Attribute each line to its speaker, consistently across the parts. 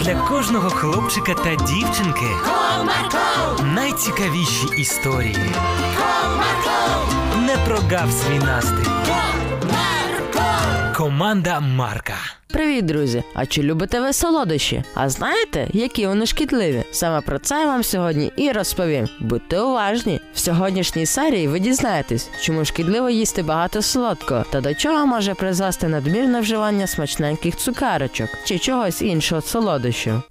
Speaker 1: для кожного хлопчика та дівчинки
Speaker 2: Comarco,
Speaker 1: найцікавіші історії.
Speaker 2: Comarco,
Speaker 1: Не прогав свій настрій.
Speaker 2: Comarco.
Speaker 1: Команда Марка.
Speaker 3: Привіт, друзі! А чи любите ви солодощі? А знаєте, які вони шкідливі? Саме про це я вам сьогодні і розповім. Будьте уважні! В сьогоднішній серії ви дізнаєтесь, чому шкідливо їсти багато солодкого та до чого може призвести надмірне вживання смачненьких цукарочок чи чогось іншого солодощу.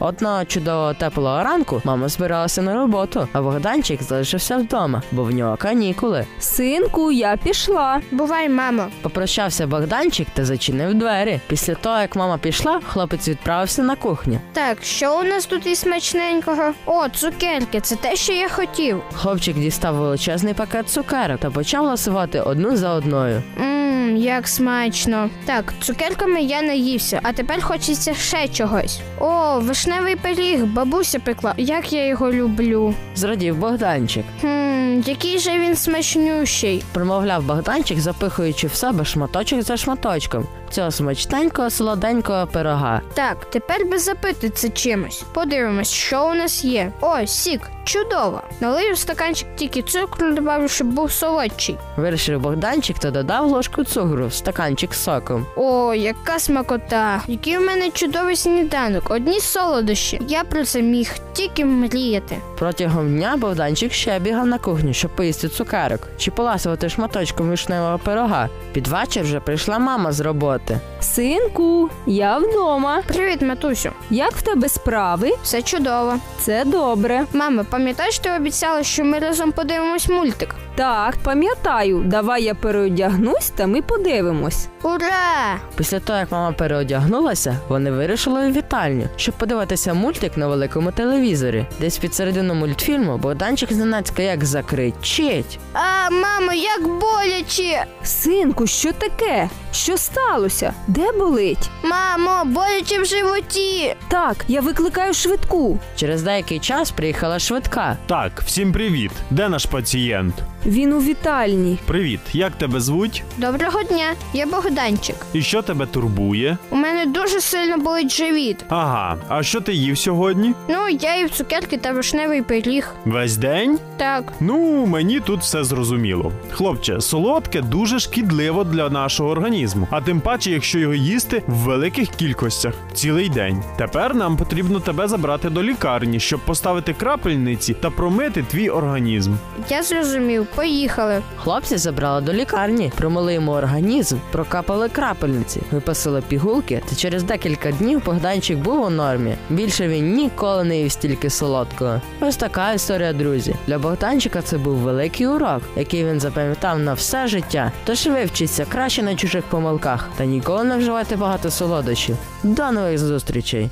Speaker 3: Одного чудового теплого ранку мама збиралася на роботу, а Богданчик залишився вдома, бо в нього канікули.
Speaker 4: Синку, я пішла.
Speaker 5: Бувай, мамо.
Speaker 3: Попрощався Богданчик та зачинив двері. Після того, як мама пішла, хлопець відправився на кухню.
Speaker 5: Так, що у нас тут із смачненького? О, цукерки, це те, що я хотів.
Speaker 3: Хлопчик дістав величезний пакет цукерок та почав ласувати одну за одною.
Speaker 5: Мм, як смачно. Так, цукерками я наївся, а тепер хочеться ще чогось. О, вишневий пиріг, бабуся пекла. Як я його люблю.
Speaker 3: Зрадів Богданчик.
Speaker 5: Хм, який же він смачнющий.
Speaker 3: Промовляв Богданчик, запихуючи в себе шматочок за шматочком цього смачненького солоденького пирога.
Speaker 5: Так, тепер би запити це чимось. Подивимось, що у нас є. О, сік, чудово. Налив в стаканчик тільки цукру, добавив, щоб був солодший.
Speaker 3: Вирішив Богданчик та додав ложку цукру в стаканчик з соком.
Speaker 5: О, яка смакота! Який в мене чудовий сніданок, одні солодощі. Я про це міг тільки мріяти.
Speaker 3: Протягом дня Богданчик ще бігав на кухню, щоб поїсти цукерок чи поласувати шматочком вишневого пирога. Під вечір вже прийшла мама з роботи.
Speaker 4: Синку, я вдома.
Speaker 5: Привіт, матусю,
Speaker 4: Як в тебе справи?
Speaker 5: все чудово.
Speaker 4: Це добре.
Speaker 5: Мама, пам'ятаєш, ти обіцяла, що ми разом подивимось мультик?
Speaker 4: Так, пам'ятаю, давай я переодягнусь та ми подивимось.
Speaker 5: Ура!
Speaker 3: Після того, як мама переодягнулася, вони вирішили в вітальню, щоб подивитися мультик на великому телевізорі. Десь під середину мультфільму Богданчик зненацька як закричить.
Speaker 5: А, мамо, як боляче!
Speaker 4: Синку, що таке? Що сталося? Де болить?
Speaker 5: Мамо, боляче в животі!
Speaker 4: Так, я викликаю швидку.
Speaker 3: Через деякий час приїхала швидка.
Speaker 6: Так, всім привіт. Де наш пацієнт?
Speaker 4: Він у вітальні.
Speaker 6: Привіт, як тебе звуть?
Speaker 5: Доброго дня, я Богданчик.
Speaker 6: І що тебе турбує?
Speaker 5: У мене дуже сильно болить живіт.
Speaker 6: Ага, а що ти їв сьогодні?
Speaker 5: Ну, я їв цукерки та вишневий пиріг.
Speaker 6: Весь день?
Speaker 5: Так,
Speaker 6: Ну, мені тут все зрозуміло. Хлопче, солодке дуже шкідливо для нашого організму, а тим паче, якщо його їсти в великих кількостях цілий день. Тепер нам потрібно тебе забрати до лікарні, щоб поставити крапельниці та промити твій організм.
Speaker 5: я зрозумів, поїхали.
Speaker 3: Хлопці забрали до лікарні, промили йому організм, прокапали крапельниці, виписали пігулки, та через декілька днів Богданчик був у нормі. Більше він ніколи не їв стільки солодкого. Ось така історія, друзі. Для Богданчика це був великий урок, який він запам'ятав на все життя. Тож вивчіться краще на чужих помилках та ніколи не вживайте багато солодощів. До нових зустрічей!